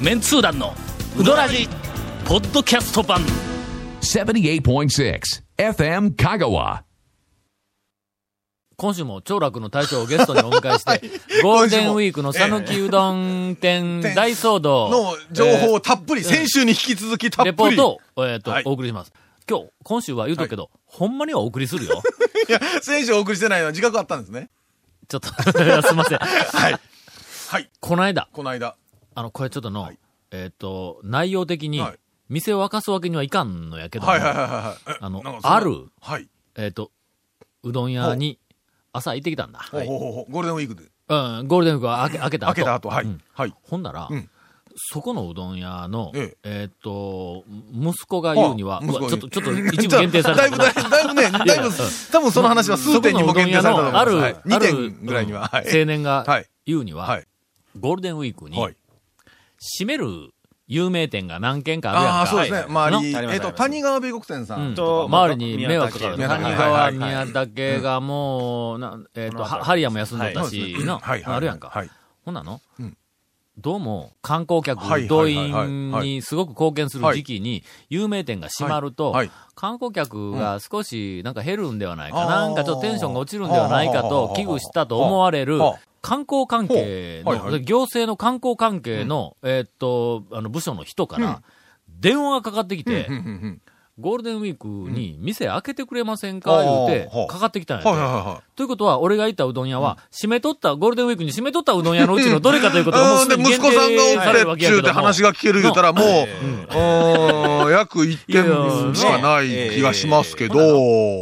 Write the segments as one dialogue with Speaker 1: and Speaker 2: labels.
Speaker 1: メンツー団のウドラジポッドキャスト版
Speaker 2: 78.6 FM Kagawa.
Speaker 3: 今週も長楽の大将をゲストにお迎え して、ゴールデンウィークの讃岐うどん店大騒動
Speaker 4: の情報をたっぷり、先週に引き続きたっぷ
Speaker 3: レ
Speaker 4: り。
Speaker 3: ポートを、えっと
Speaker 4: はい
Speaker 3: お送りします。今日、今週は言うとくけど、ほんまにはお送りするよ。
Speaker 4: いや、先週お送りしてないのは自覚あったんですね。
Speaker 3: ちょっと、 すいません。
Speaker 4: はい。はい。
Speaker 3: この間、
Speaker 4: この間。
Speaker 3: あの、これちょっとの、えっ、と、内容的に、
Speaker 4: はい
Speaker 3: 店を沸かすわけにはいかんのやけども、
Speaker 4: はいはいはいはいはい。
Speaker 3: あの
Speaker 4: なんかそんな
Speaker 3: ある
Speaker 4: はい。
Speaker 3: えっ、と、うどん屋に朝行ってきたんだ。
Speaker 4: ほうほうほうほうゴールデンウィークで。
Speaker 3: うん、ゴールデンウィークは明け明けた後。
Speaker 4: 開けた後、は
Speaker 3: う
Speaker 4: い
Speaker 3: ん。
Speaker 4: はい。
Speaker 3: ほんなら、
Speaker 4: うん
Speaker 3: そこのうどん屋の、え
Speaker 4: え
Speaker 3: っ、と、息子が言うには、
Speaker 4: あ息子
Speaker 3: うわ
Speaker 4: が
Speaker 3: ちょっ
Speaker 4: 言
Speaker 3: と、
Speaker 4: う
Speaker 3: ちょっと 一部限定され
Speaker 4: だ
Speaker 3: た
Speaker 4: いぶ、
Speaker 3: けど
Speaker 4: だいぶ、だいぶね、だいぶ、多分その話は数点にも限定されたと思います。
Speaker 3: ある、
Speaker 4: はい二
Speaker 3: ある
Speaker 4: 点ぐらいには。は
Speaker 3: 青
Speaker 4: い。
Speaker 3: 年が
Speaker 4: はい
Speaker 3: 言うには、
Speaker 4: はい。
Speaker 3: ゴールデンウィークに、
Speaker 4: はい。
Speaker 3: 閉める有名店が何軒かあるやんか。
Speaker 4: ああー、そうですね。周り、
Speaker 5: あります
Speaker 4: えっと、谷川米国店さ
Speaker 3: うん
Speaker 4: ん。
Speaker 5: と
Speaker 3: 周りに迷惑かかる。
Speaker 4: 宮
Speaker 3: 谷
Speaker 4: 崎
Speaker 3: 川、
Speaker 4: 宮崎
Speaker 3: 宮武がもう、なえっと、
Speaker 5: この
Speaker 3: は
Speaker 5: 辺り
Speaker 3: ハリアも休んどったし、な
Speaker 4: はいはい
Speaker 3: あるやんか。
Speaker 4: はい。
Speaker 3: ほんなの
Speaker 4: うん
Speaker 3: どうも、観光客
Speaker 4: はいはいはいは、い
Speaker 3: 動員にすごく貢献する時期に、有名店が閉まると
Speaker 4: はいはい、
Speaker 3: 観光客が少しなんか減るんではないか、
Speaker 4: うん
Speaker 3: なんかちょっとテンションが落ちるんではないかと
Speaker 4: あー
Speaker 3: 危惧したと思われる
Speaker 4: あー、
Speaker 3: 観光関係
Speaker 4: ほうはいは
Speaker 3: の、
Speaker 4: い
Speaker 3: 行政の観光関係の、えーっと、あの、部署の人から、電話がかかってきて
Speaker 4: うん、うんうん
Speaker 3: ゴールデンウィークに店開けてくれませんか言うて
Speaker 4: ほうほ、う
Speaker 3: かかってきたん
Speaker 4: はいはい
Speaker 3: やて。
Speaker 4: は
Speaker 3: ということは、俺が行ったうどん屋は、閉めとった、ゴールデンウィークに閉めとったうどん屋のうちのどれかという ことが、もう
Speaker 4: い。
Speaker 3: す
Speaker 4: う
Speaker 3: で
Speaker 4: ん、
Speaker 3: に
Speaker 4: で、息
Speaker 3: 限定
Speaker 4: 子さんが
Speaker 3: される
Speaker 4: お
Speaker 3: わ
Speaker 4: っ
Speaker 3: け
Speaker 4: て
Speaker 3: やけ
Speaker 4: 中
Speaker 3: ど
Speaker 4: で
Speaker 3: も
Speaker 4: 話が聞ける言うたら、もう、うーん、約1点しかない気がしますけど、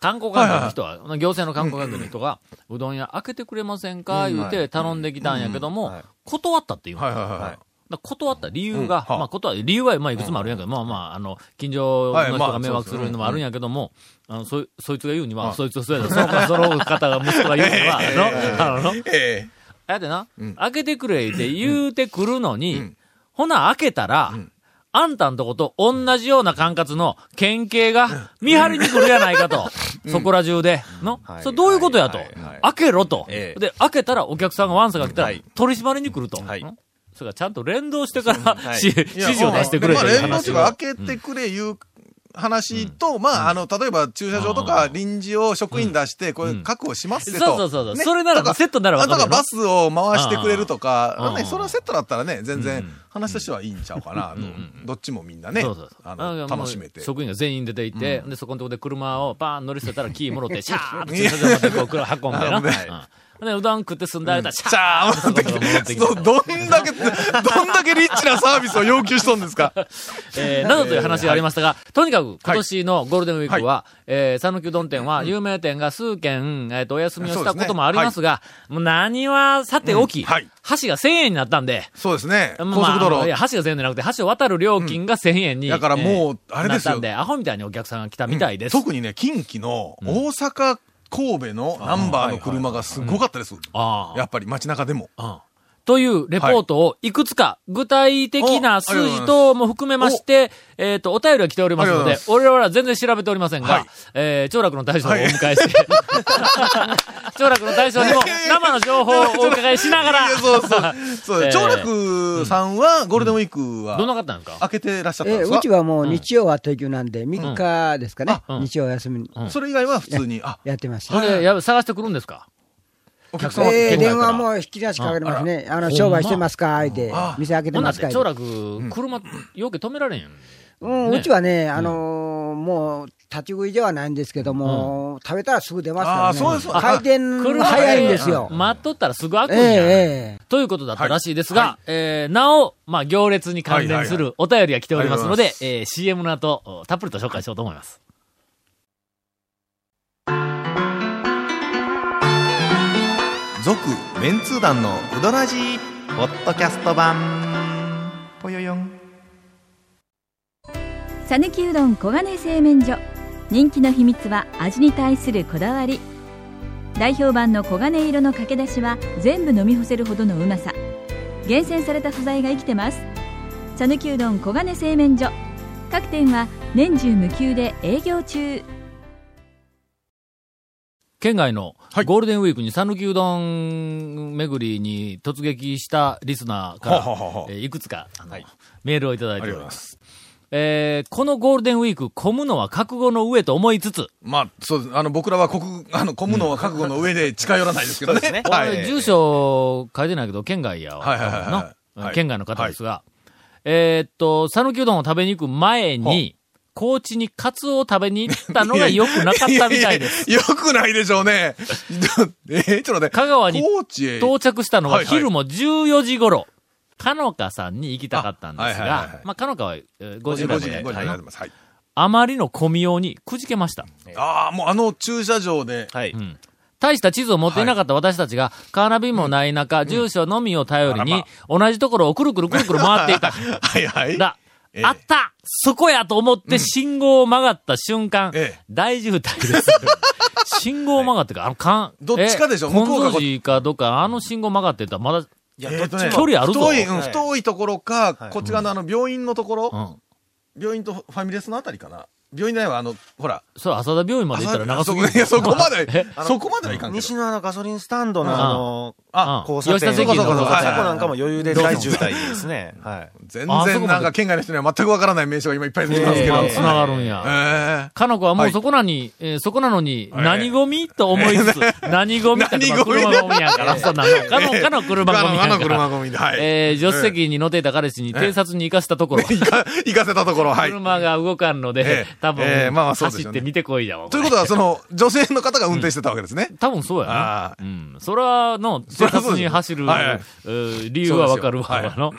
Speaker 3: 観光関係の人は、行政の観光関係の人が、うどん屋開けてくれませんか言うて頼んできたんやけども、断ったって言うの
Speaker 4: はいはいは
Speaker 3: だ
Speaker 4: い。
Speaker 3: から断った理由が、
Speaker 4: うんはあ
Speaker 3: まあ断る理由はまあいくつもあるんやけど、まあまあ、あの、近所の人
Speaker 4: はいま
Speaker 3: が
Speaker 4: あ
Speaker 3: 迷惑するのもあるんやけども、あの、そ、そいつが言うには、そいつがそうやでそのその方が息子が言うには、あの、あの、
Speaker 4: ええ
Speaker 3: あやでな、
Speaker 4: ん
Speaker 3: 開けてくれって言うてくるのに、
Speaker 4: ん
Speaker 3: ほな開けたら、あんたんとこと同じような管轄の県警が見張りに来るやないかと。そこら中で。の、
Speaker 5: はい
Speaker 3: それどういうことやと。
Speaker 5: はいはい
Speaker 3: 開けろと、
Speaker 5: ええ
Speaker 3: で、開けたらお客さんがワンサが来たら、
Speaker 5: はい
Speaker 3: 取り締まりに来ると。
Speaker 5: はい
Speaker 3: んそれからちゃんと連動してから、
Speaker 5: はい
Speaker 3: し指示を出してくれ
Speaker 4: ま
Speaker 3: と
Speaker 4: あ、
Speaker 3: いう
Speaker 4: 連絡
Speaker 3: 話
Speaker 4: 地
Speaker 3: を。
Speaker 4: が開けてくれいう話と、まあ、あの、例えば駐車場とか臨時を職員出して、これ確保します
Speaker 3: そう
Speaker 4: よ
Speaker 3: そう
Speaker 4: と。
Speaker 3: そうそう、
Speaker 4: ね
Speaker 3: それなら
Speaker 4: とか
Speaker 3: セットなら
Speaker 4: あ
Speaker 3: わ
Speaker 4: と
Speaker 3: かる
Speaker 4: か
Speaker 3: やろ
Speaker 4: バスを回してくれるとか、
Speaker 3: うんうん
Speaker 4: ねそれはセットだったらね、全
Speaker 3: う
Speaker 4: 然
Speaker 3: ん
Speaker 4: 話としてはいいんちゃうかなと、どっちもみんなね、
Speaker 3: そうそうそう
Speaker 4: あ
Speaker 3: あ
Speaker 4: の
Speaker 3: もう
Speaker 4: 楽しめて。
Speaker 3: 職員が全員出ていて、で、そこのとこで車をバーン乗り捨てたら、キーもろって、シャー って駐車場までこう、車運んでな。
Speaker 4: なるほどね
Speaker 3: うんで、うどん食って済んだら、シ
Speaker 4: シ
Speaker 3: ャ
Speaker 4: ャ
Speaker 3: ー
Speaker 4: ー
Speaker 3: ってそこから戻ってきて
Speaker 4: どどんだけ、どんだけリッチなサービスを要求しとんですか。
Speaker 3: えーなどという話がありましたが、とにかく今年のゴールデンウィークは、えー、讃岐うどん店は有名店が数軒、えっ、と、お休みをしたこともありますが、もう何はさておき、
Speaker 4: うんはい
Speaker 3: 箸が1000円になったんで、
Speaker 4: そうですね。
Speaker 3: まあ
Speaker 4: 高速道
Speaker 3: い
Speaker 4: 路
Speaker 3: や、。箸が1000円じゃなくて、箸を渡る料金が1000円に、
Speaker 4: だからもう
Speaker 3: えー
Speaker 4: あれです
Speaker 3: なっ
Speaker 4: よ
Speaker 3: たんで、アホみたいにお客さんが来たみたいです。
Speaker 4: 特にね、近畿の大阪、神戸のナンバーの車がすごかったです。
Speaker 3: ああ
Speaker 4: やっぱり街中でも。
Speaker 3: というレポートをいくつか具体的な数字等も含めまして、えっ、と、お便りが来ておりますの
Speaker 4: あり
Speaker 3: で
Speaker 4: がと、
Speaker 3: 俺らは全然調べておりませんが、
Speaker 4: はい
Speaker 3: えー、長楽の大将をお迎えして、 長楽の大将にも生の情報をお伺いしながら
Speaker 4: いや、そうそう。そう、
Speaker 3: えー
Speaker 4: 長楽さんはゴールデンウィーク
Speaker 3: どんな
Speaker 4: は
Speaker 3: かったんですか
Speaker 4: 開けてらっしゃったん
Speaker 6: え
Speaker 4: です
Speaker 6: う
Speaker 4: か
Speaker 6: ちはもう日曜は定休なんで、3日ですかね、
Speaker 3: うん
Speaker 6: 日曜休みに
Speaker 3: ん
Speaker 4: それ以外は普通に、あ、
Speaker 6: やってました。
Speaker 3: それ、やべ探してくるんですか
Speaker 4: お客様
Speaker 6: えー
Speaker 3: 電話
Speaker 6: 電話も引き出しかかりますね、あの商売してますか、相手
Speaker 4: あ、
Speaker 6: 店開けて
Speaker 3: ほんな
Speaker 6: ま
Speaker 3: っ
Speaker 6: すか
Speaker 3: て、、長楽、車、よけ止められん。
Speaker 6: うん、
Speaker 3: ね
Speaker 6: うちはね、あのーもう立ち食いではないんですけども、食べたらすぐ出ますから、
Speaker 4: あー
Speaker 6: ね、
Speaker 4: そうです
Speaker 6: 回転
Speaker 3: 車
Speaker 6: 早いんですよ。
Speaker 3: 待っとったらすぐ開くん
Speaker 6: ええ
Speaker 3: や。
Speaker 6: ええ
Speaker 3: ということだったらしいですが、えー、なお、まあ、行列に関連するお便りが来ておりますので、えー、CM の後、おたっぷりと紹介しようと思います。
Speaker 5: 続メンツー団のウドラジポッドキャスト版ぽよよん
Speaker 7: さぬきうどん黄金製麺所人気の秘密は味に対するこだわり代表版の黄金色のかけだしは全部飲み干せるほどのうまさ厳選された素材が生きてますさぬきうどん黄金製麺所各店は年中無休で営業中
Speaker 3: 県外のゴールデンウィークに讃岐うどん巡りに突撃したリスナーから、
Speaker 4: はははは
Speaker 3: えーいくつかあの、メールをいただいており
Speaker 4: ありがとうござい
Speaker 3: ま。
Speaker 4: ます
Speaker 3: えーこのゴールデンウィーク、混むのは覚悟の上と思いつつ、
Speaker 4: まあ、そうですあの、僕らは国、 あの、混むのは覚悟の上で近寄らないですけどね。
Speaker 5: そうですね
Speaker 4: は
Speaker 3: これ
Speaker 4: い。
Speaker 3: 住所書いてないけど、県外やわ。
Speaker 4: はいはいはいはい
Speaker 3: の
Speaker 4: はい
Speaker 3: 県外の方ですが、えーっと、讃岐うどんを食べに行く前に、高知にカツオを食べに行ったのが良くなかったみたいです。
Speaker 4: ややよくないでしょうね。 えー、ちょっとね。
Speaker 3: 香川に
Speaker 4: 高知へ。
Speaker 3: 到着したのは
Speaker 4: はいはい
Speaker 3: 昼も14時頃。かのかさんに行きたかったんです
Speaker 4: あはいはいはいは
Speaker 3: が
Speaker 4: い、
Speaker 3: まあ、かのかはえー5時ぐら
Speaker 4: 5
Speaker 3: い
Speaker 4: 時、
Speaker 3: ま
Speaker 4: 5時
Speaker 3: で
Speaker 4: に
Speaker 3: は
Speaker 4: なっ
Speaker 3: い
Speaker 4: て。ます。はい。
Speaker 3: あまりの混みようにくじけました。
Speaker 4: ああ、もうあの駐車場で。
Speaker 5: はい。
Speaker 3: 大した地図を持っていなかった私たちが、カーナビもない中、住所のみを頼りに、同じところをくるくるくるくる回っていた。
Speaker 4: はいはい。
Speaker 3: だ、あったそこやと思って信号を曲がった瞬間、
Speaker 4: ええ
Speaker 3: 大渋滞 です。信号曲がってか、あの、かん、
Speaker 4: どっちかでしょ
Speaker 3: え
Speaker 4: 向こうがこ
Speaker 3: 本通寺かどっか、あの信号曲がってたら、まだ、
Speaker 5: いや、
Speaker 4: え
Speaker 5: ど
Speaker 4: ー
Speaker 5: っち
Speaker 4: と
Speaker 5: も
Speaker 4: ね
Speaker 3: 距離あるぞ
Speaker 4: 太い、うん
Speaker 5: はい
Speaker 4: 太いところか、
Speaker 5: い
Speaker 4: こっち側のあの病院のところ、
Speaker 3: うん。
Speaker 4: 病院とファミレスのあたりかな。病院内はあの、ほら。
Speaker 3: それ、浅田病院まで行ったら長すぎ
Speaker 4: あそいやそこま で
Speaker 3: え、
Speaker 4: そこまではいかんけど。
Speaker 5: 西のあのガソリンスタンドの
Speaker 3: ん
Speaker 5: あの、
Speaker 3: あ
Speaker 5: 交差点。
Speaker 3: 吉田
Speaker 4: 石の
Speaker 5: そうそう
Speaker 4: 交差点
Speaker 5: そうあそこなんかも余裕で大渋滞ですね。はい。
Speaker 4: 全
Speaker 3: あそこ
Speaker 4: 然
Speaker 3: ま
Speaker 4: な
Speaker 3: で
Speaker 4: んか県外の人には全くわからない名称が今いっぱい出てきますけど。
Speaker 3: まあ繋がるん
Speaker 4: え
Speaker 3: や。
Speaker 4: ー
Speaker 3: かの子はも
Speaker 4: は
Speaker 3: う
Speaker 4: い
Speaker 3: そこなに、えーそこなのに、
Speaker 4: ええ
Speaker 3: 何ゴミと思いつつ、何ゴミってまあ
Speaker 4: 何ゴミ
Speaker 3: 車ゴミやから、そうなの。かの、かの車ゴミや
Speaker 4: あの
Speaker 3: から。
Speaker 4: 車ゴミで、はい。
Speaker 3: えー助手席に乗っていた彼氏に偵察に行かせたところ、
Speaker 4: 行か、行かせたところ、はい。
Speaker 3: 車が動かんので、
Speaker 4: ええ
Speaker 3: 多分、
Speaker 4: ええまあまあそうで
Speaker 3: 走
Speaker 4: しょ
Speaker 3: っ
Speaker 4: うね
Speaker 3: て見てこいじゃん。
Speaker 4: ということは、その、女性の方が運転してたわけですね。
Speaker 3: 多分そうやな
Speaker 4: あ。
Speaker 3: うん。それは、の、
Speaker 4: そ
Speaker 3: 生
Speaker 4: ら そうです
Speaker 3: 活に走る、
Speaker 4: はいはいう
Speaker 3: ー理由はわかるわ。
Speaker 4: そうです
Speaker 3: あの、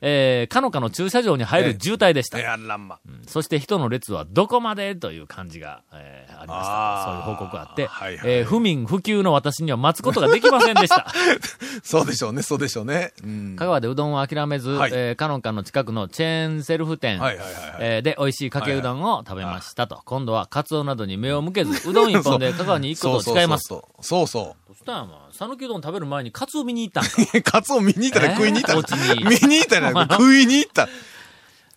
Speaker 3: えー、かのかの駐車場に入る渋滞でした。
Speaker 4: やらんま。
Speaker 3: そして人の列はどこまでという感じが、えーありました。
Speaker 4: あ
Speaker 3: そういう
Speaker 4: ー
Speaker 3: 報告があって、
Speaker 4: はいはい
Speaker 3: えー不眠不休の私には待つことができませんでした。
Speaker 4: そうでしょうね、そうでしょうね。うん。
Speaker 3: 香川でうどんを諦めず、
Speaker 4: はい
Speaker 3: えーかのんかの近くのチェーンセルフ店、
Speaker 4: はいはいはいはい
Speaker 3: えーで美味しいかけうどんを食べましたと。今度はカツオなどに目を向け ず、うどん一本で香川に行くことを誓います。
Speaker 4: そうそうそう
Speaker 3: そしたらまあ、讃岐うどん食べる前にカツオ見に行ったんか。
Speaker 4: そうそう。カツオ見に行ったら食いに行った
Speaker 3: えー高知に
Speaker 4: 見に行っ たら食いに行った。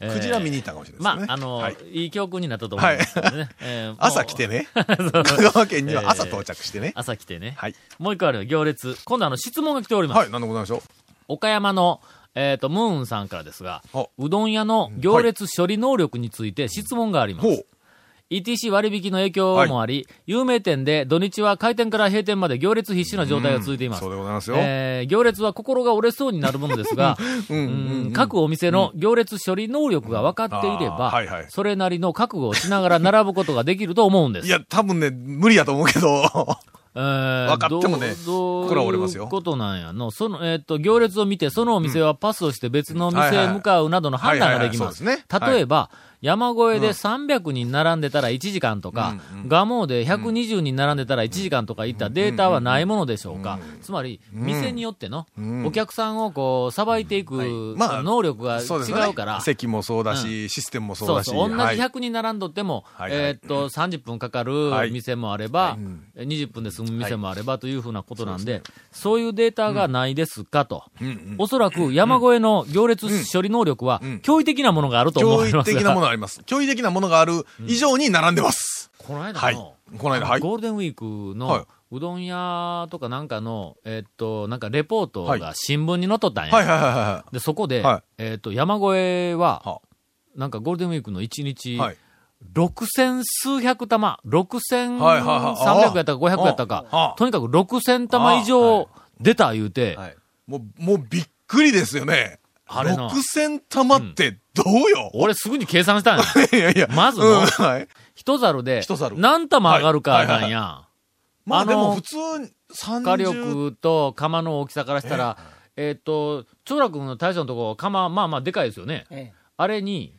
Speaker 3: えー
Speaker 4: クジラ見に行ったかもしれな
Speaker 3: ま
Speaker 4: いですね。
Speaker 3: あ、あの、
Speaker 4: はい
Speaker 3: い、い教訓になったと思うんですけどね。 えーもう
Speaker 4: 朝来て ね。香川県には朝
Speaker 3: えー
Speaker 4: 到着してね。
Speaker 3: 朝来てね。
Speaker 4: はい。
Speaker 3: もう一個あるよ、行列。今度あの、質問が来ております。
Speaker 4: はい、なんでございましょう。
Speaker 3: 岡山の、えっ、と、ムーンさんからですが
Speaker 4: あ、
Speaker 3: うどん屋の行列処理能力について質問があります。
Speaker 4: ほう。
Speaker 3: ETC 割引の影響もあり、有名店で土日は開店から閉店まで行列必至の状態が続いています。
Speaker 4: そうでございますよ。
Speaker 3: えー行列は心が折れそうになるものですが、 うん各お店の行列処理能力が分かっていれば、
Speaker 4: あーはいはい
Speaker 3: それなりの覚悟をしながら並ぶことができると思うんで
Speaker 4: い
Speaker 3: す。
Speaker 4: や、多分ね、無理やと思うけど。
Speaker 3: 分
Speaker 4: かってもね
Speaker 3: どう
Speaker 4: 心は折れます
Speaker 3: ど
Speaker 4: よ
Speaker 3: ういうことなんやの。その、えっ、と、行列を見て、そのお店はパスをして別のお店へ向かうなどの判断ができます。
Speaker 4: うんはいはいはいそうで
Speaker 3: 例
Speaker 4: すね
Speaker 3: えば、山越えで300人並んでたら1時間とか、蒲生で120人並んでたら1時間とかいったデータはないものでしょうか。つまり、店によっての、お客さんをこう、さばいていく
Speaker 4: まあ
Speaker 3: 能力が
Speaker 4: そうですよね
Speaker 3: 違うから、
Speaker 4: 席もそうだし、システムもそう
Speaker 3: そう
Speaker 4: だし。
Speaker 3: そう、同じ
Speaker 4: はい
Speaker 3: 100人並んどっても、
Speaker 4: はいはい
Speaker 3: えーっと、30分かか
Speaker 4: は
Speaker 3: る
Speaker 4: い
Speaker 3: 店もあれば、えー20分で済む店もあればというふうなことなんで、そういうデータがないですかと。おそらく山越えの行列処理能力は、驚異的なものがあると思
Speaker 4: 驚
Speaker 3: い
Speaker 4: 異
Speaker 3: ます
Speaker 4: 的なも
Speaker 3: が、
Speaker 4: のあります。驚異的なものがある以上に並んでます。
Speaker 3: この間の、
Speaker 4: はい。この間、はい。
Speaker 3: ゴールデンウィーク
Speaker 4: は
Speaker 3: の
Speaker 4: いう
Speaker 3: どん屋とかなんかの、えーっと、なんかレポート
Speaker 4: はい
Speaker 3: が新聞に載っとったんや。
Speaker 4: はいはいはいは
Speaker 3: で、そこで、
Speaker 4: はい
Speaker 3: えーっと、山越えは、
Speaker 4: は
Speaker 3: なんかゴールデンウィークの1日、
Speaker 4: い。はい。
Speaker 3: 六千数百玉、六千
Speaker 4: はいはい
Speaker 3: 三
Speaker 4: はい
Speaker 3: 百やったか五百やった
Speaker 4: ああ
Speaker 3: か
Speaker 4: あ、
Speaker 3: とにかく六千玉以上出た言うて、
Speaker 5: はい。
Speaker 4: もう、もうびっくりですよね。
Speaker 3: あれな
Speaker 4: 6000玉ってどうよ、
Speaker 3: 俺すぐに計算したんや。
Speaker 4: いやいや。
Speaker 3: まず
Speaker 4: うん、
Speaker 3: の
Speaker 4: はい。
Speaker 3: 一皿で
Speaker 4: 一皿
Speaker 3: 何玉上がるかなん
Speaker 4: はいはい
Speaker 3: や。
Speaker 4: ま
Speaker 3: あ
Speaker 4: あ
Speaker 3: の
Speaker 4: でも普通30
Speaker 3: 火力と釜の大きさからしたら、えっと、長楽の大将のとこ、釜、まあまあでかいですよね。
Speaker 6: え
Speaker 3: あれに、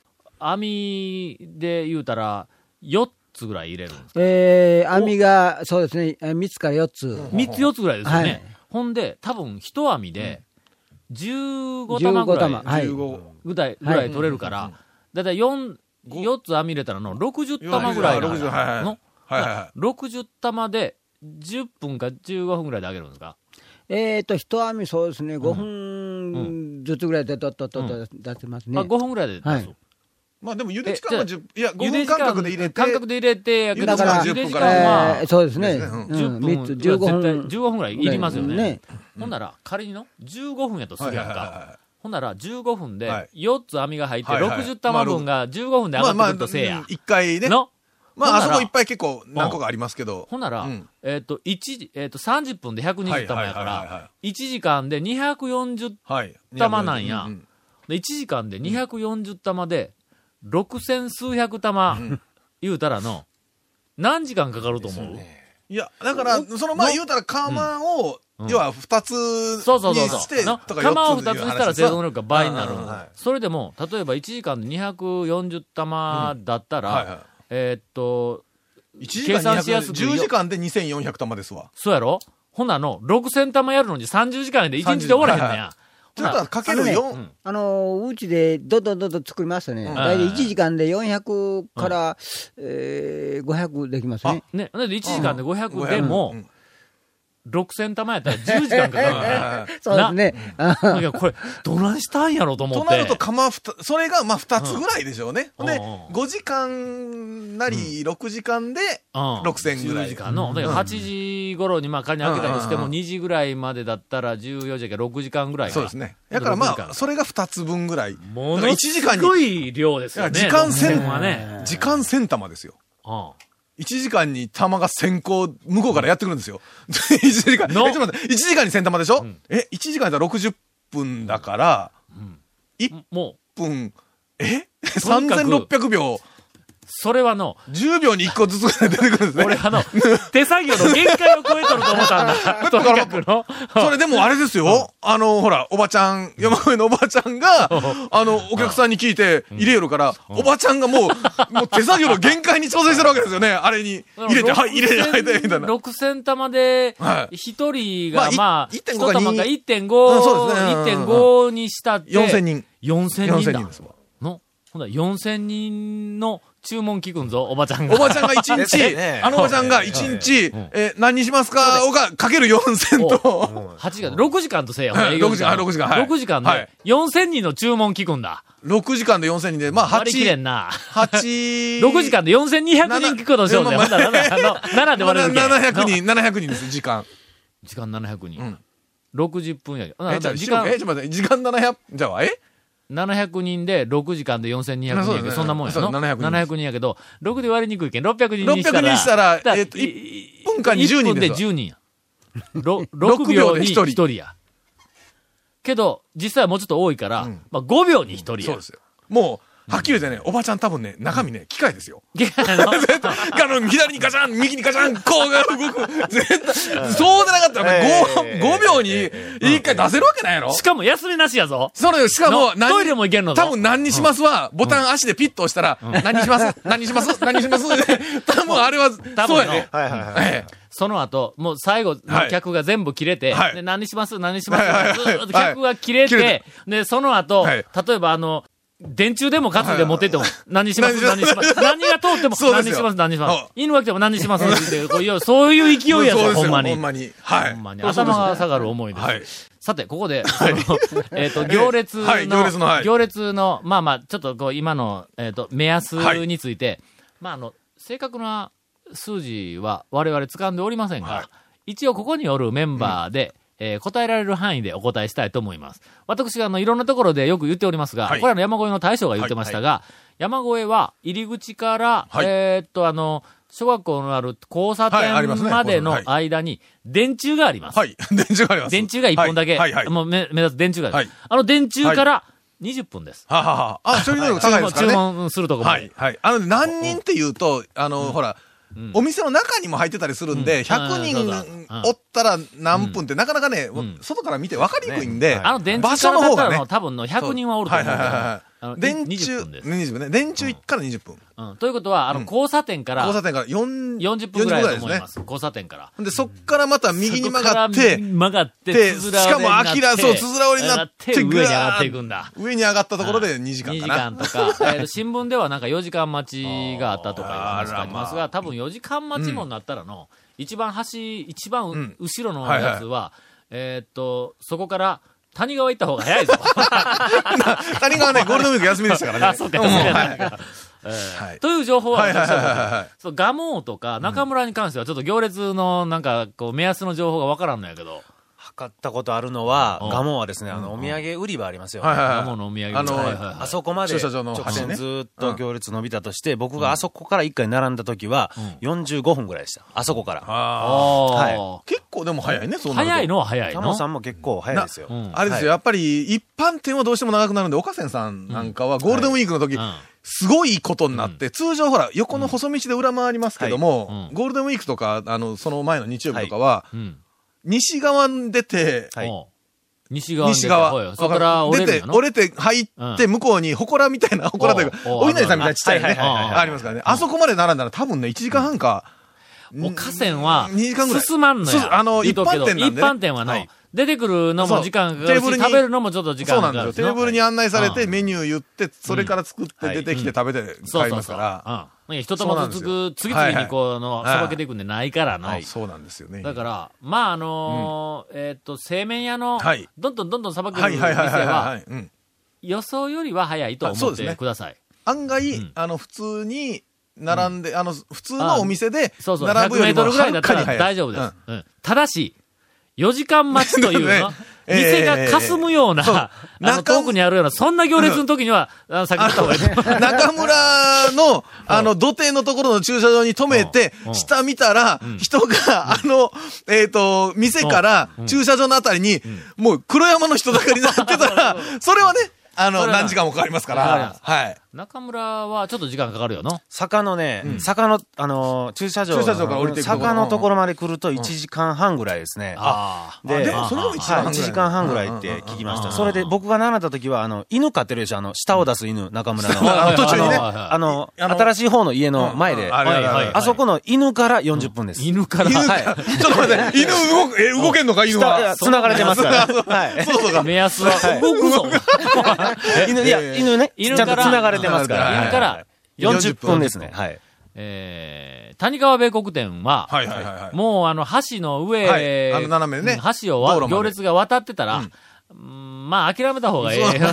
Speaker 3: 網で言うたら、四つぐらい入れるんです
Speaker 6: ええー網が、そうですね、えー三つから四つ。
Speaker 3: 三つ四つぐらいですよね。
Speaker 6: はい
Speaker 3: ほんで、多分一網で、15玉ぐ
Speaker 6: 15
Speaker 3: ら
Speaker 6: 玉
Speaker 3: い、
Speaker 6: はい。
Speaker 4: 15
Speaker 3: ぐらい、ぐらい取れるから、だいたい4、4つ網入れたらの、60玉ぐらいな
Speaker 4: 60はいはい
Speaker 3: の、
Speaker 4: はいはいは
Speaker 3: 60玉で、10分か15分ぐらいで揚げるんですか
Speaker 6: えっと、一網そうですね、5
Speaker 3: う
Speaker 6: 分ずつぐらいで、とっとっとっと出せますね
Speaker 3: あ。5分ぐらいで出す。
Speaker 6: はい
Speaker 4: まあでも茹で時
Speaker 3: え
Speaker 4: 間は
Speaker 3: じゃ
Speaker 4: 10、いや、5分間隔で入れて、
Speaker 3: 感覚で入れてやけど、
Speaker 4: だから
Speaker 3: 茹で時間
Speaker 4: 10分から
Speaker 3: は、
Speaker 6: えーそうですね。
Speaker 4: ですね
Speaker 6: う
Speaker 3: 10
Speaker 6: ん三つ
Speaker 3: 分、15
Speaker 6: 15
Speaker 3: 分。
Speaker 6: 分。
Speaker 3: 15分ぐらいいりますよね。
Speaker 6: ね
Speaker 3: ほんなら、仮にの、15分やとするやん
Speaker 4: はいはいはいは
Speaker 3: か。ほんなら、15分で
Speaker 4: はい、
Speaker 3: 4つ網が入って、
Speaker 4: はいはい
Speaker 3: 60玉分が15分で上
Speaker 4: ま
Speaker 3: が
Speaker 4: あ
Speaker 3: って
Speaker 4: ま
Speaker 3: く
Speaker 4: あ、
Speaker 3: るとせいや。
Speaker 4: 一回ね。
Speaker 3: の
Speaker 4: まあ、
Speaker 3: ほん
Speaker 4: あ
Speaker 3: な
Speaker 4: そ
Speaker 3: ら
Speaker 4: こいっぱい結構何個かありますけど。
Speaker 3: ほんなら、
Speaker 4: うん
Speaker 3: えっ、と、1、えっ、と、30分で120玉やか
Speaker 4: はいはいはいは
Speaker 3: ら、1時間で240、
Speaker 4: はい。
Speaker 3: 玉なんや
Speaker 4: うう
Speaker 3: で1時間で240玉で、6000数百玉、言うたらの、何時間かかると思う
Speaker 4: いや、だから、その、まあ言うたら、釜を、要は二つに
Speaker 3: そうそうそう
Speaker 4: し
Speaker 3: そ
Speaker 4: て、
Speaker 3: う。
Speaker 4: と
Speaker 3: の
Speaker 4: か
Speaker 3: 玉を2
Speaker 4: 四つ
Speaker 3: つ
Speaker 4: って
Speaker 3: に
Speaker 4: い
Speaker 3: し
Speaker 4: う話
Speaker 3: たら
Speaker 4: ですね
Speaker 3: 生存能力が倍になる
Speaker 4: うんうんうんはい。
Speaker 3: それでも、例えば1時間で240玉だった
Speaker 4: はいはい
Speaker 3: ら、えーっと、
Speaker 4: 一
Speaker 3: 計算しやすく
Speaker 4: 時間210時間で2400玉ですわ。
Speaker 3: そうやろほなの、6000玉やるのに30時間で1日で終わらへんの
Speaker 4: はいは
Speaker 3: や。
Speaker 4: ちょっとかけ
Speaker 6: あの
Speaker 4: る
Speaker 6: ね
Speaker 4: 4。
Speaker 6: あのうちでどんどんどんどん作りますとね、大体1時間で400から、えー500できますね。
Speaker 3: ね、なんで1時間で500
Speaker 4: 500
Speaker 3: でも
Speaker 4: う、ん
Speaker 3: 6000玉やったら10時間かかる
Speaker 4: はい はいはい
Speaker 6: そうですね。あ
Speaker 3: から。いや、これ、どないしたんやろと思
Speaker 4: と
Speaker 3: っ
Speaker 4: なる
Speaker 3: て
Speaker 4: と。釜ふたそれがまあ2つぐらいでしょうね。
Speaker 3: うん
Speaker 4: で、
Speaker 3: うんうん
Speaker 4: 5時間なり6時間で、
Speaker 3: うん
Speaker 4: 6000ぐらい
Speaker 3: 10時間の。だから8時頃に、まあ仮に開けたとして
Speaker 4: う
Speaker 3: も、
Speaker 4: ん
Speaker 3: 2時ぐらいまでだったら14時やから6時間ぐらいか
Speaker 4: そうですね。だから
Speaker 3: 6時
Speaker 4: ま
Speaker 3: 間
Speaker 4: あ、それが2つ分ぐらい。
Speaker 3: も
Speaker 4: だから
Speaker 3: の
Speaker 4: 1時間
Speaker 3: す
Speaker 4: に
Speaker 3: ごい量ですよね。
Speaker 4: 時間
Speaker 3: 千
Speaker 4: 千
Speaker 3: はね。
Speaker 4: 時間1000玉ですよ。
Speaker 3: うん
Speaker 4: 1時間に玉が先行、向こうからやってくるんですよ。1時 間、
Speaker 3: の
Speaker 4: えちょっと待って、1時間に1000玉でしょ、
Speaker 3: ん
Speaker 4: え、1時間だったら60分だから、
Speaker 3: もう、
Speaker 4: 分、え
Speaker 3: とにかく
Speaker 4: ?3600 秒、
Speaker 3: それはの、
Speaker 4: 10秒に1個ずつぐらい出てくるんです
Speaker 3: 俺
Speaker 4: ね。
Speaker 3: あの、手作業の限界を超えとると思った んだ。とにかくの。
Speaker 4: それでもあれですよ、あの、ほら、おばちゃん、山越えのおばちゃ んが、あの、お客さんに聞いて入れよるから、おばちゃんがもう、もう手作業の限界に挑戦してるわけですよね。あれに、入れて、はい、入れて、
Speaker 3: 6000
Speaker 4: 入れて、みたいな。
Speaker 3: 6000玉で、
Speaker 4: はい
Speaker 3: 一人
Speaker 4: ま
Speaker 3: が
Speaker 4: あ、い
Speaker 3: まあ、
Speaker 4: 1.5
Speaker 3: 一
Speaker 4: か
Speaker 3: 玉が
Speaker 4: うんそうですねうん
Speaker 3: 1.5、1.5にしたって。
Speaker 4: 4000人。
Speaker 3: 4000人だ。
Speaker 4: 4000人ですわ
Speaker 3: のほんなら4000人の注文聞くんぞ、おばちゃんが。
Speaker 4: おばちゃんが一
Speaker 5: です
Speaker 4: 日、
Speaker 5: ね
Speaker 4: あのおばちゃんが一日、えー、何にしますかをが、かける4000と、
Speaker 3: 8時間、6時間とせえよ。
Speaker 4: はい
Speaker 3: 営業時間
Speaker 4: 6時間はい
Speaker 3: 6時間
Speaker 4: は
Speaker 3: で
Speaker 4: い、
Speaker 3: 4000人の注文聞くんだ。
Speaker 4: 6時間で4000人で、まあ
Speaker 3: 割り切れ
Speaker 4: 8、
Speaker 3: んな。
Speaker 4: 8、
Speaker 3: 6時間で4200人聞くことしようぜ。ほんなら、7, で割れるけん
Speaker 4: 700人、700人です、時間。
Speaker 3: 時間700人。
Speaker 4: うん
Speaker 3: 60分やけど。ほんなら
Speaker 4: え、じゃあ、
Speaker 3: 時
Speaker 4: 時
Speaker 3: 間
Speaker 4: 間、え、ちょっと待って、時間700、じゃあわ、え
Speaker 3: 700人で6時間で4200
Speaker 4: あ
Speaker 3: 人
Speaker 4: そう
Speaker 3: やけ
Speaker 4: だね
Speaker 3: ど、そんなもんやの。
Speaker 4: そう700人
Speaker 3: 人やけど、6で割りにくいけん、600人にしたら。
Speaker 4: 600人したら
Speaker 3: だ
Speaker 4: えっと
Speaker 3: い
Speaker 4: 1分間に10
Speaker 3: 1
Speaker 4: 人
Speaker 3: 分で
Speaker 4: です
Speaker 3: 10人や。 ろ
Speaker 4: 6
Speaker 3: 6
Speaker 4: 秒
Speaker 3: 秒
Speaker 4: で
Speaker 3: に
Speaker 4: 1
Speaker 3: 1人や。けど、実際はもうちょっと多いから、まあ5秒に1人や。
Speaker 4: そ うですよ。もう、はっきり言ってね、おばちゃん多分ね、中身ね、機械ですよ。
Speaker 3: あの
Speaker 4: あの、左にガチャン、右にガチャン、こうが動く。絶対、そうでなかったら、5、5秒に1回出せるわけないやろ
Speaker 3: しかも休みなしやぞ。
Speaker 4: それ、しかも、
Speaker 3: のトイレも行けんのぞ
Speaker 4: 多分何にしますは、ボタン足でピッと押したら、何にします何にします何にします多分あれは、
Speaker 3: の
Speaker 4: そうやね。
Speaker 5: はいはいはい。
Speaker 4: え
Speaker 3: その後、もう最後、
Speaker 4: はい
Speaker 3: 客が全部切れて、
Speaker 4: はい
Speaker 3: で何にします何にしま
Speaker 4: はいはい
Speaker 3: すず
Speaker 4: はい
Speaker 3: ーっと客が切れて、
Speaker 4: 切れ
Speaker 3: で、その後、
Speaker 4: はい
Speaker 3: 例えばあの、電柱でも担いで持ってっても、何にします何
Speaker 4: 何
Speaker 3: にし
Speaker 4: にし
Speaker 3: ま
Speaker 4: ますす
Speaker 3: 何が通っても、
Speaker 4: そう
Speaker 3: 何
Speaker 4: です
Speaker 3: にし
Speaker 4: よ
Speaker 3: ます何にしま
Speaker 4: は
Speaker 3: す
Speaker 4: い
Speaker 3: 犬が来ても何にしますってこういうそういう勢いや
Speaker 4: そ
Speaker 3: ぞ、
Speaker 4: うですよ
Speaker 3: ほんまに。
Speaker 4: ほんまに。はい。
Speaker 3: ほんまに頭が下がる思いです。
Speaker 4: はい
Speaker 3: さて、ここで、 そのえっ、と、行列の、
Speaker 4: はい行列のはい
Speaker 3: 行列のまあまあ、ちょっとこう、今の、えっ、と、目安について、まあ、あの、正確な数字は我々掴んでおりませんが、一応ここにおるメンバーで、えー答えられる範囲でお答えしたいと思います。私があの、いろんなところでよく言っておりますが、
Speaker 4: はい
Speaker 3: これはあの山越えの大将が言ってましたが、山越えは入り口から、
Speaker 4: はい
Speaker 3: えーっと、あの、小学校のある交差
Speaker 4: はいあ
Speaker 3: 点
Speaker 4: りますね
Speaker 3: までの
Speaker 4: はい
Speaker 3: 間に電柱があります。
Speaker 4: はい。 電柱があります。
Speaker 3: 電柱が1本だけ、
Speaker 4: はいはい。はい
Speaker 3: もう目目立つ電柱がある、
Speaker 4: はい
Speaker 3: あの電柱から20分です。
Speaker 4: はははあ、処理能力高いですか
Speaker 3: 注
Speaker 4: らね。
Speaker 3: 文するとこま
Speaker 4: は
Speaker 3: で。
Speaker 4: い。はい。あの、何人って言うと、あの、ほら、お店の中にも入ってたりするんで、
Speaker 3: ん
Speaker 4: 100
Speaker 3: うんうん
Speaker 4: 人
Speaker 3: うん
Speaker 4: おったら何分って、なかなかね、
Speaker 3: ん
Speaker 4: 外から見て分かりにくいんで、
Speaker 3: あの電
Speaker 4: 場
Speaker 3: 柱
Speaker 4: 所
Speaker 3: からだった
Speaker 4: の方が
Speaker 3: ら
Speaker 4: ね
Speaker 3: もう、多分の100人はおると思うから、
Speaker 4: はいはいはいはい
Speaker 3: あの
Speaker 4: 電
Speaker 3: 20
Speaker 4: 柱、
Speaker 3: 分です、
Speaker 4: 20分ね。電柱から20分。
Speaker 3: うんということは、あの交差点から
Speaker 4: 交差点から4
Speaker 3: 40分ぐらいだと思い
Speaker 4: 40
Speaker 3: ます。交差点から。
Speaker 4: で、そっからまた右に曲がっ
Speaker 3: そこから
Speaker 4: て、
Speaker 3: 曲がって、
Speaker 4: で
Speaker 3: つづら折りになって
Speaker 4: しかも明らそうつづら折りになって
Speaker 3: 上に上がっていくんだ。
Speaker 4: 上に上がったところで2時間
Speaker 3: 2
Speaker 4: か
Speaker 3: 時
Speaker 4: な。
Speaker 3: 間とか、 えーと新聞ではなんか4時間待ちがあったとかいう話がありますが、多分4時間待ちもなったらの、一番端、一番う
Speaker 4: うん
Speaker 3: 後ろの
Speaker 4: はいはい
Speaker 3: やつは、えーっと、そこから谷川行った方が早 いぞ。
Speaker 4: 谷川ね、ゴールデンウィーク休みでしたからね。
Speaker 3: あ そうか
Speaker 4: ん
Speaker 3: そうか
Speaker 4: はい
Speaker 3: えー
Speaker 4: はい
Speaker 3: という情報は
Speaker 4: はいはい
Speaker 3: 私
Speaker 4: はい
Speaker 3: は
Speaker 4: はい。
Speaker 3: そう、ガモーとか中村に関してはちょっと行列のなんか、こう、目安の情報がわからんのやけど、
Speaker 8: 測ったことあるのは、
Speaker 3: うん
Speaker 8: ガモンはですね、あの、お土産売り場ありますよね。
Speaker 4: はいはいはい
Speaker 3: ガモーのお土産
Speaker 4: あの
Speaker 3: はいはいはい
Speaker 8: あそこまで
Speaker 4: 駐車場の
Speaker 8: 直
Speaker 4: 端ね
Speaker 8: 線ずーっと行列伸びたとして、僕があそこから一回並んだ時は、45分ぐらいでした。あそこから。
Speaker 4: あ
Speaker 3: あー
Speaker 4: あ。結構でも早いね、そうなると
Speaker 3: 早いのは早い
Speaker 8: タ
Speaker 3: の
Speaker 8: モさんも結構早いですよ
Speaker 3: う。ん
Speaker 4: あれですよ、
Speaker 8: は
Speaker 4: やっぱり一般店はどうしても長くなるんで、岡線さんなんかはゴールデンウィークの時、
Speaker 3: うん
Speaker 4: すごいことになって、通常ほら、横の細道で裏回りますけども、
Speaker 3: はいうん
Speaker 4: ゴールデンウィークとか、あの、その前の日曜日とかは、
Speaker 3: うん。
Speaker 4: 西側に出て、
Speaker 8: はい
Speaker 3: おう西側に出て
Speaker 4: 西側
Speaker 3: はい、そこから折
Speaker 4: 出
Speaker 3: れる
Speaker 4: て
Speaker 3: んや、ろ
Speaker 4: 折れて入って、向こうに祠みたいな、祠というか、
Speaker 3: おうおう
Speaker 4: お稲荷さんみたいなちっちゃい
Speaker 8: は
Speaker 4: ね
Speaker 8: い、はいはいはい
Speaker 4: ありますからね。あそこまで並んだら多分ね、1時間半か、
Speaker 3: もう河川は
Speaker 4: 2時間ぐらい。
Speaker 3: 進まんの
Speaker 4: す
Speaker 3: や。
Speaker 4: あの
Speaker 3: 言うとくけど
Speaker 4: 一般店なんでね
Speaker 3: 一般店はの、
Speaker 4: はい
Speaker 3: 出てくるのも時間かかるし、
Speaker 4: そうテーブルに
Speaker 3: 食べるのもちょっと時
Speaker 4: そ
Speaker 3: 間
Speaker 4: うな
Speaker 3: か
Speaker 4: んで
Speaker 3: か
Speaker 4: す
Speaker 3: る
Speaker 4: よ。
Speaker 3: し
Speaker 4: テーブルに案内されて、
Speaker 3: うん
Speaker 4: メニュー言って、それから作って
Speaker 8: はい
Speaker 4: 出てきて食べて
Speaker 3: そうそう
Speaker 4: 買いま
Speaker 3: そ
Speaker 4: す
Speaker 3: う。
Speaker 4: から。
Speaker 3: うん。いや、一玉ずつく、次々にこう、あの、
Speaker 4: はい
Speaker 3: さばけていくんでないからの。
Speaker 4: はいそうなんですよね。
Speaker 3: だから、まあ、あのーえーっと、製麺屋の、
Speaker 4: はい
Speaker 3: どんどんどんどんさばける
Speaker 4: は
Speaker 3: 店
Speaker 4: い
Speaker 3: は、
Speaker 4: はいはいはいはい。うん
Speaker 3: 予想よりは早いと
Speaker 4: あそ
Speaker 3: 思
Speaker 4: う
Speaker 3: っ
Speaker 4: です
Speaker 3: て
Speaker 4: ね
Speaker 3: ください。
Speaker 4: 案外、
Speaker 3: ん
Speaker 4: あの、普通に並んで、あの、普通のお店で、
Speaker 3: そうそう、
Speaker 4: 並ぶ
Speaker 3: 100
Speaker 4: よ
Speaker 3: メ
Speaker 4: り
Speaker 3: ート
Speaker 4: も
Speaker 3: ルぐらいだった
Speaker 4: は
Speaker 3: ら
Speaker 4: るかに早い
Speaker 3: 大丈夫です
Speaker 4: うん。
Speaker 3: うんただし、4時間待ちというの
Speaker 4: ええ
Speaker 3: 店が霞むような、
Speaker 4: そう
Speaker 3: あの、
Speaker 4: 中
Speaker 3: 遠くにあるような、そんな行列の時には、あの避けた方がいい。
Speaker 4: 中村の、あの、土手のところの駐車場に止めて
Speaker 3: うんう、ん
Speaker 4: 下見たら
Speaker 3: ん、
Speaker 4: 人が、あの、えっと、店から
Speaker 3: うん
Speaker 4: 駐車場のあたりに、もう黒山の人だかりになってた ら、それはね、あ
Speaker 3: そ
Speaker 4: の、
Speaker 3: れは
Speaker 4: 何時間もかかりますか
Speaker 3: かかりま
Speaker 4: ら
Speaker 3: す、
Speaker 4: はい。
Speaker 3: 中村はちょっと時間かかるよの。
Speaker 8: 坂のね、坂の、あのー駐車場の。
Speaker 4: 駐車場から降りていくところ
Speaker 8: 坂のところまで来ると1時間半ぐらいですね。
Speaker 3: ああ。
Speaker 4: あ
Speaker 8: で
Speaker 4: でもそれでも1時
Speaker 8: は
Speaker 4: 間
Speaker 8: い、
Speaker 4: 半ぐらい。
Speaker 8: 1時間半ぐらいって聞きました。それで僕が習った時は、あの、犬飼ってるでしょ、あの、舌を出す犬、中村の。
Speaker 4: あ
Speaker 8: あ
Speaker 4: の途中にね
Speaker 3: はいはいはい
Speaker 8: の、あの
Speaker 4: あの
Speaker 8: 新しい方の家の前で、
Speaker 4: うんあ
Speaker 8: あ
Speaker 4: れあれあれ
Speaker 3: はいはい
Speaker 8: そこの犬から40分です。
Speaker 3: 犬から、
Speaker 4: 犬か、ちょっと待って、犬動く、え、動けんのか、犬は。
Speaker 8: つながれてますから。はい
Speaker 4: そうそうか。
Speaker 3: 目安は動くぞ。
Speaker 8: 犬、いや、犬ね、ち
Speaker 3: 犬
Speaker 8: ゃんと
Speaker 3: か
Speaker 8: つ
Speaker 3: ら
Speaker 8: ながれてますから。
Speaker 3: 犬から、
Speaker 8: 40分ですね。はい。
Speaker 3: えー、谷川米国店は、
Speaker 4: はいはいはいはい。
Speaker 3: もうあの橋の上、
Speaker 4: はいあの斜めね
Speaker 3: うん橋を
Speaker 4: 道
Speaker 3: わ
Speaker 4: 路まで
Speaker 3: 行列が渡ってたら、うんまあ諦めた方がいいよ うな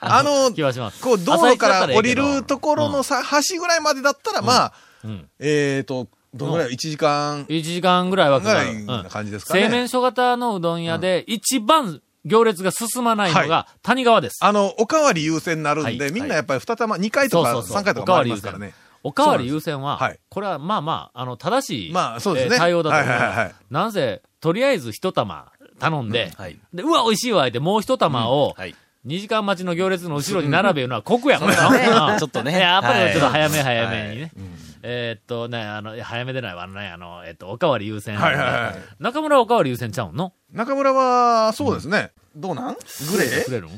Speaker 4: あの、
Speaker 3: 気はします。
Speaker 4: こう、道路から
Speaker 3: 朝一だった
Speaker 4: 降り
Speaker 3: らええ
Speaker 4: る
Speaker 3: けど
Speaker 4: ところのさ、橋ぐらいまでだったら、まあ、
Speaker 3: うん
Speaker 4: えっと、どのぐらい ?1 時間
Speaker 3: 1時間ぐらいは
Speaker 4: ぐ
Speaker 3: からかる。
Speaker 4: いな感じですか
Speaker 3: 製
Speaker 4: ね。
Speaker 3: 麺所型のうどん屋で一番行列が進まないのが谷川です。
Speaker 4: あの、おかわり優先になるん
Speaker 3: は
Speaker 4: で、
Speaker 3: い
Speaker 4: みんなやっぱり2玉、2回とか3回と
Speaker 3: おか
Speaker 4: かも
Speaker 3: わ
Speaker 4: あ
Speaker 3: り
Speaker 4: り
Speaker 3: 優
Speaker 4: ますから
Speaker 3: 先
Speaker 4: ね。。
Speaker 3: おかわり優先は、
Speaker 4: はい
Speaker 3: これはまあまあ、あの、正しい、
Speaker 4: まあそうですね
Speaker 3: えー対応だと思う、
Speaker 4: はいはいはいはい
Speaker 3: なぜ、とりあえず一玉頼んで、
Speaker 8: はい。
Speaker 3: で、うわ、美味しいわ、言うて、もう一玉を、
Speaker 8: はい。
Speaker 3: 2時間待ちの行列の後ろに並べるのは酷やもんな。
Speaker 8: ねちょっとね
Speaker 3: いややっぱりちょっと早め
Speaker 8: はい
Speaker 3: 早めにね。えーっとね、あの、早めでないわ、あのね、あの、えっと、おかわり優先。
Speaker 4: はいはいはい
Speaker 3: 中村はおかわり優先ちゃうんの
Speaker 4: 中村は、そうですね。どうなんグレ
Speaker 3: く
Speaker 4: ー
Speaker 3: れるん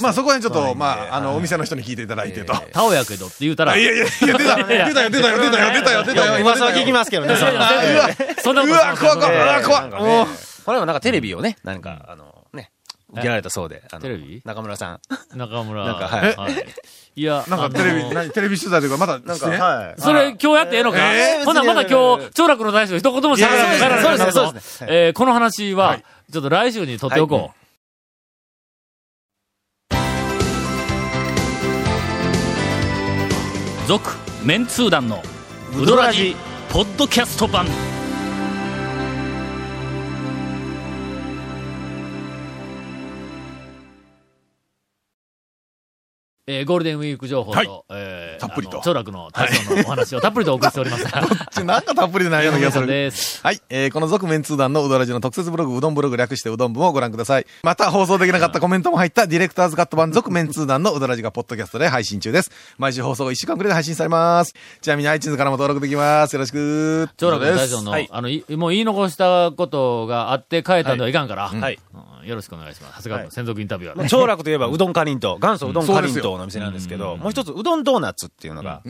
Speaker 4: まあそこはちょっと、まあ、あの、お店の人に聞いていただいてと。い
Speaker 3: タオやけどって言うたら、
Speaker 4: やいやいや、出た、出たよ、出たよ、出たよ、出たよ、出たよ、出たよ。
Speaker 8: 噂は聞き
Speaker 4: す。
Speaker 8: ますけどね。
Speaker 3: いやいや
Speaker 4: あうわ
Speaker 3: そんなこ
Speaker 4: う
Speaker 3: と
Speaker 4: わ、怖い怖い、うわ、怖い。もう、
Speaker 8: これもなんかテレビをね、なんか、あの、ね、受けられたそうで。あの
Speaker 3: テレビ
Speaker 8: 中村さん。
Speaker 3: 中村。
Speaker 8: なんかはい
Speaker 3: い。いや、
Speaker 4: なんかテレ
Speaker 3: あの
Speaker 4: ビ、何テレビ取材というか、まだ、なんか、
Speaker 8: はい。
Speaker 3: それ、今日やってええのか、
Speaker 4: えー
Speaker 3: ほな、まだ
Speaker 8: 別に
Speaker 3: 今日、長楽の大将一言も喋らない
Speaker 4: いやいやいや
Speaker 3: からない
Speaker 8: そうですねそうですね
Speaker 3: えーこの話は、ちょっと来週に取っておこう。
Speaker 8: はい
Speaker 1: 続メンツー団のウドラジポッドキャスト版
Speaker 3: えーゴールデンウィーク情報と、
Speaker 4: はい
Speaker 3: えー
Speaker 4: たっぷりと
Speaker 3: あの長楽の大将のお話をたっぷりとお送りしております。
Speaker 4: ちょなんかたっぷりないような気がする。
Speaker 3: です。
Speaker 4: はい、えー、この続面通談のうどらじの特設ブログ、うどんブログ略してうどん部もご覧ください。また放送できなかったコメントも入ったディレクターズカット版続面通談のうどらじがポッドキャストで配信中です。毎週放送1週間くらいで配信されます。ちなみに iTunes からも登録できます。よろしく。
Speaker 3: 長楽の大将の、
Speaker 4: はい。
Speaker 3: あの、いもう言い残したことがあって帰ったんではいかんから、
Speaker 8: はい。
Speaker 3: うんよろしくお願いします。長谷川君、専属インタビューは、
Speaker 8: まあ
Speaker 3: ね。
Speaker 8: 長楽といえばうどんかりんとう、元祖うどんかり
Speaker 4: そうで
Speaker 8: ん
Speaker 4: す
Speaker 8: とうのお店なんですけど、もう一つうどんドーナツっていうのが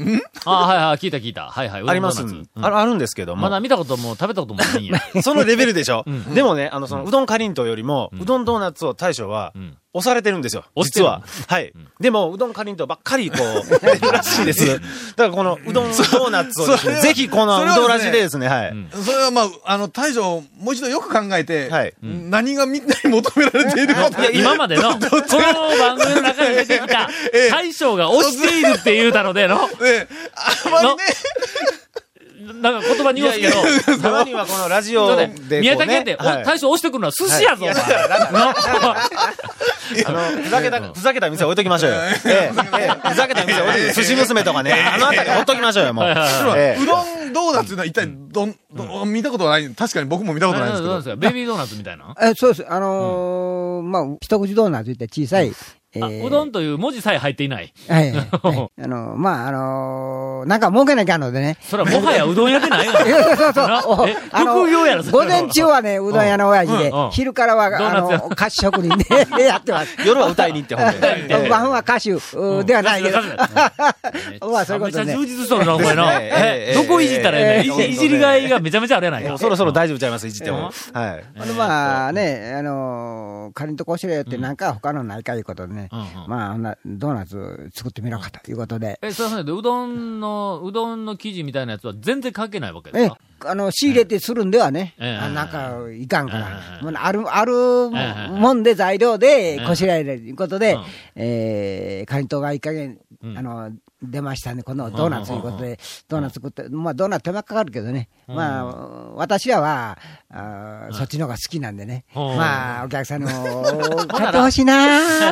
Speaker 3: あはいはい、聞いた聞いた。はいはい、うどん
Speaker 8: あります
Speaker 3: ドーナツ。うん
Speaker 8: あるあるんですけど
Speaker 3: まだ
Speaker 8: も、
Speaker 3: 見たことも食べたこともないんや。
Speaker 8: そのレベルでしょ。でもね、あの、そのうどんかりんとうよりも、うどんドーナツを大将は
Speaker 3: ん、
Speaker 8: 押されてるんですよ。
Speaker 3: 押して
Speaker 8: 実
Speaker 3: る
Speaker 8: は。はい。でも、うどんかりんとうばっかりこ う、出てるらしいです。だからこのうどんドーナツをです
Speaker 4: そ
Speaker 8: ね
Speaker 4: れは
Speaker 8: ぜひこの
Speaker 4: それ
Speaker 8: う
Speaker 4: はですね
Speaker 8: どんラジでですね、はい。
Speaker 4: それはまあ、あの、大将、もう一度よく考えて、
Speaker 8: はい
Speaker 4: 何がみんなに求められているかと
Speaker 3: いや、今までの、この番組の中に出てきた、大将が押しているって言うたのでの、
Speaker 4: で、あまりね、
Speaker 3: なんか言葉濁す けど、
Speaker 8: たまにはこのラジオ
Speaker 3: そう
Speaker 8: で
Speaker 3: ね
Speaker 8: こう、
Speaker 3: 宮崎県って、お
Speaker 8: はい
Speaker 3: 大将押してくるのは寿司やぞ、お前
Speaker 8: あの、ふざけた、ふざけた店置いときましょうよ。ええええふざけた店置い とき寿司娘とかね、あのあたり置いときましょうよ、もう。え
Speaker 4: うどんドーナツいうのは一体どん、どん見たことない。確かに僕も見たことないんですけ
Speaker 3: どう
Speaker 4: ど
Speaker 3: で。すかベビードーナツみたいな。
Speaker 6: えそうです。あのーまあ、一口ドーナツいった小さい。え
Speaker 3: あ
Speaker 6: ー
Speaker 3: うどんという文字さえ入っていない。
Speaker 6: はいはいはい。 あのーまあ、あのーなんか儲けなきゃあのでね。
Speaker 3: それはもはやうどん屋でないよ。
Speaker 6: そうそうそう
Speaker 3: な。
Speaker 6: お
Speaker 3: え
Speaker 6: あの
Speaker 3: 副業やろそれ
Speaker 6: 午前中はね、うどん屋の親父で
Speaker 3: うんうん、
Speaker 6: 昼からは、
Speaker 3: ドー
Speaker 6: あ
Speaker 3: ナツ屋
Speaker 6: の、菓子職人で やっ てます。
Speaker 8: え夜は歌いに行って、ほんで。ええ
Speaker 6: 晩は歌手うんではないけど
Speaker 3: 歌手だ歌。
Speaker 6: まあ、そういうこ
Speaker 3: めち
Speaker 6: と
Speaker 3: ゃめち
Speaker 6: ね
Speaker 3: ゃ。充実しとるな、お前な。
Speaker 8: ですね
Speaker 3: えどこいじったらええね
Speaker 8: ええ
Speaker 3: んいじいじりがいがめちゃめちゃあれやない
Speaker 8: も
Speaker 3: か
Speaker 8: う。そろそろ大丈夫ちゃいます、いじっても。はい。
Speaker 6: ほんでまあね、あのー、かりんとこうしろよって、なんか他のないかいうことでね、
Speaker 3: うんうん
Speaker 6: まあ、ほんなドーナツ作ってみようかということで、
Speaker 3: え、そうなんで、うどんの、うどんの生地みたいなやつは全然関係ないわけです
Speaker 6: え
Speaker 3: か
Speaker 6: あの仕入れてするんではね、
Speaker 3: ええ
Speaker 6: あなんかいかんか
Speaker 3: え
Speaker 6: ら、
Speaker 3: え
Speaker 6: もうあるある
Speaker 3: ええ
Speaker 6: もんで材料でこしらえるということで、
Speaker 3: うん
Speaker 6: えー、かりんとうがいい加減、
Speaker 3: ん
Speaker 6: あの出ましたね、このドーナツということで、ドーナツ食って、まあ、ドーナツ手間かかるけどね、まあ、私らはあーそっちの方が好きなんでね、
Speaker 3: うん
Speaker 6: まあ、お客さん にも買ってほしいな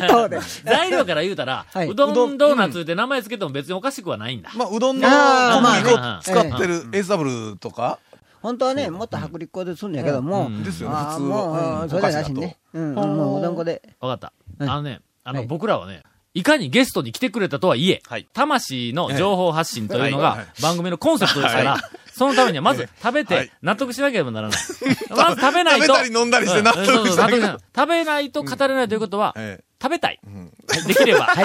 Speaker 6: ーと思って。
Speaker 3: 材料から言うたら、
Speaker 6: はいう
Speaker 3: どんドーナツって名前つけても別におかしくはないんだ。
Speaker 4: まあ、うどんの
Speaker 6: あ
Speaker 3: ー
Speaker 4: 小麦粉
Speaker 3: まあね
Speaker 4: 使ってる SW とか、
Speaker 6: 本当はね、もっと薄力粉でするんやけども、
Speaker 3: うん
Speaker 4: ですよね、
Speaker 6: あ
Speaker 4: 普
Speaker 6: あ
Speaker 4: 通
Speaker 6: も
Speaker 4: は。
Speaker 6: う、
Speaker 4: うん
Speaker 6: それじゃなしにね。。うん、もううどんこで。
Speaker 3: わかった。
Speaker 6: はい
Speaker 3: あのね、あの、
Speaker 6: はい
Speaker 3: 僕らはね、いかにゲストに来てくれたとはいえ、
Speaker 8: はい
Speaker 3: 魂の情報発信というの
Speaker 4: はいは
Speaker 3: が
Speaker 4: い
Speaker 3: 番組のコンセプトですから、そのためにはまず食べ
Speaker 4: は
Speaker 3: て
Speaker 4: い
Speaker 3: 納得しなければな らない。まず食べないと。
Speaker 4: 食べたり飲んだりして納得しな
Speaker 3: うんそうそう納得しない食べないと語れないということは、
Speaker 4: ええ
Speaker 3: 食べたい。できれば。 あ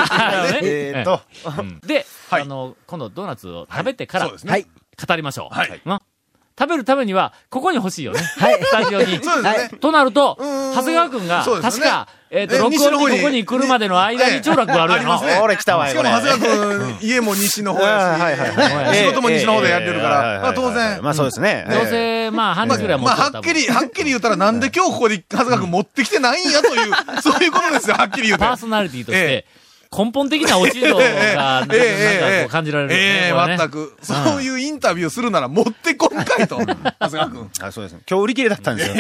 Speaker 3: のね
Speaker 8: えーっと、
Speaker 3: うんで、
Speaker 4: はい
Speaker 3: あの、今度ドーナツを食べてから、
Speaker 4: そうですね。
Speaker 6: はい。
Speaker 3: 語りましょう。
Speaker 4: はい
Speaker 3: うん食べるためには、ここに欲しいよね。
Speaker 6: い
Speaker 3: スタジオに。
Speaker 4: そうですね。
Speaker 3: となると、
Speaker 4: ーん
Speaker 3: 長谷川くんが、
Speaker 4: そうです
Speaker 3: 確
Speaker 4: ね
Speaker 3: か、えっ、と、
Speaker 4: え
Speaker 3: 録音に
Speaker 4: 西の方に
Speaker 3: ここに来るまでの間に
Speaker 4: え
Speaker 3: 長楽があるや
Speaker 4: ありますね
Speaker 3: ろ。
Speaker 8: 俺来たわ
Speaker 4: し
Speaker 8: よ、
Speaker 4: か
Speaker 8: こ
Speaker 4: も
Speaker 8: れ。
Speaker 4: 長谷 川君、家も西の方
Speaker 8: はいはい
Speaker 4: や
Speaker 8: はい
Speaker 4: し、仕事も西の方でやってるか
Speaker 8: ええええ
Speaker 4: ら、まあ当
Speaker 8: はいはいはい
Speaker 4: 然。
Speaker 8: まあそうですね。
Speaker 3: どう
Speaker 8: ええ
Speaker 3: せ、まあ、半
Speaker 4: ま
Speaker 3: 日ぐらいは
Speaker 4: あ、
Speaker 3: 持
Speaker 4: まあ
Speaker 3: ってる
Speaker 4: はっき。り、はっきり言ったら、なんで今日ここで長谷川君持ってきてないんやという、そういうことですよ、はっきり
Speaker 3: 多
Speaker 4: 言
Speaker 3: 分
Speaker 4: うて。
Speaker 3: パーソナリティとして、
Speaker 4: え
Speaker 3: 根本的な落ち度が、なんかこう感じられるよね。
Speaker 4: ええ
Speaker 3: これね
Speaker 4: 全く。そういうインタビューするなら持ってこんかいと。長谷川君。
Speaker 8: あそうですね。今日売り切れだったんですよ。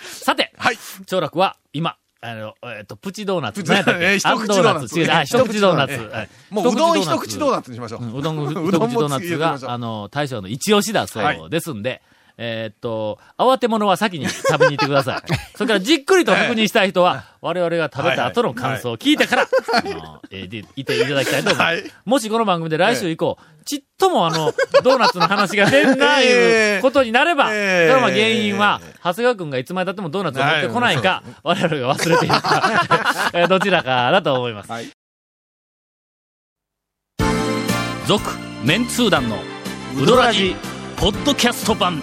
Speaker 3: さて、
Speaker 4: はい。
Speaker 3: 長楽は、今、あの、えっ、と、プチドーナツ。
Speaker 4: プチドー
Speaker 3: 何や
Speaker 4: ナツ
Speaker 3: ったっけ
Speaker 4: えー一口ドーナツ
Speaker 3: あ違う、あ一口ドーナツ。はい
Speaker 4: もううどん一
Speaker 3: ドーナツ
Speaker 4: 口ドーナツにしましょ う。
Speaker 3: うんうどん、
Speaker 4: うどんも
Speaker 3: うどん口ドーナツ
Speaker 4: 次言ってみ
Speaker 3: が
Speaker 4: まし、ょう
Speaker 3: あの、大将の一押しだそうですんで、えーっと、慌て者は先に食べに行ってくだ さい。それからじっくりと確認したい人は、我々が食べた後の感想を聞いてから、あのえーでいていただきたいと思います。
Speaker 4: はい
Speaker 3: もしこの番組で来週以降、ちっともあの、ドーナツの話が出んないうことになれば、そ
Speaker 4: えー
Speaker 3: れはまあ原因は、長谷川くんがいつまで経ってもドーナツを持ってこないか、我々が忘れているか、 えーどちらかだと思います。
Speaker 1: 続メンツー団のウドラジポッドキャスト版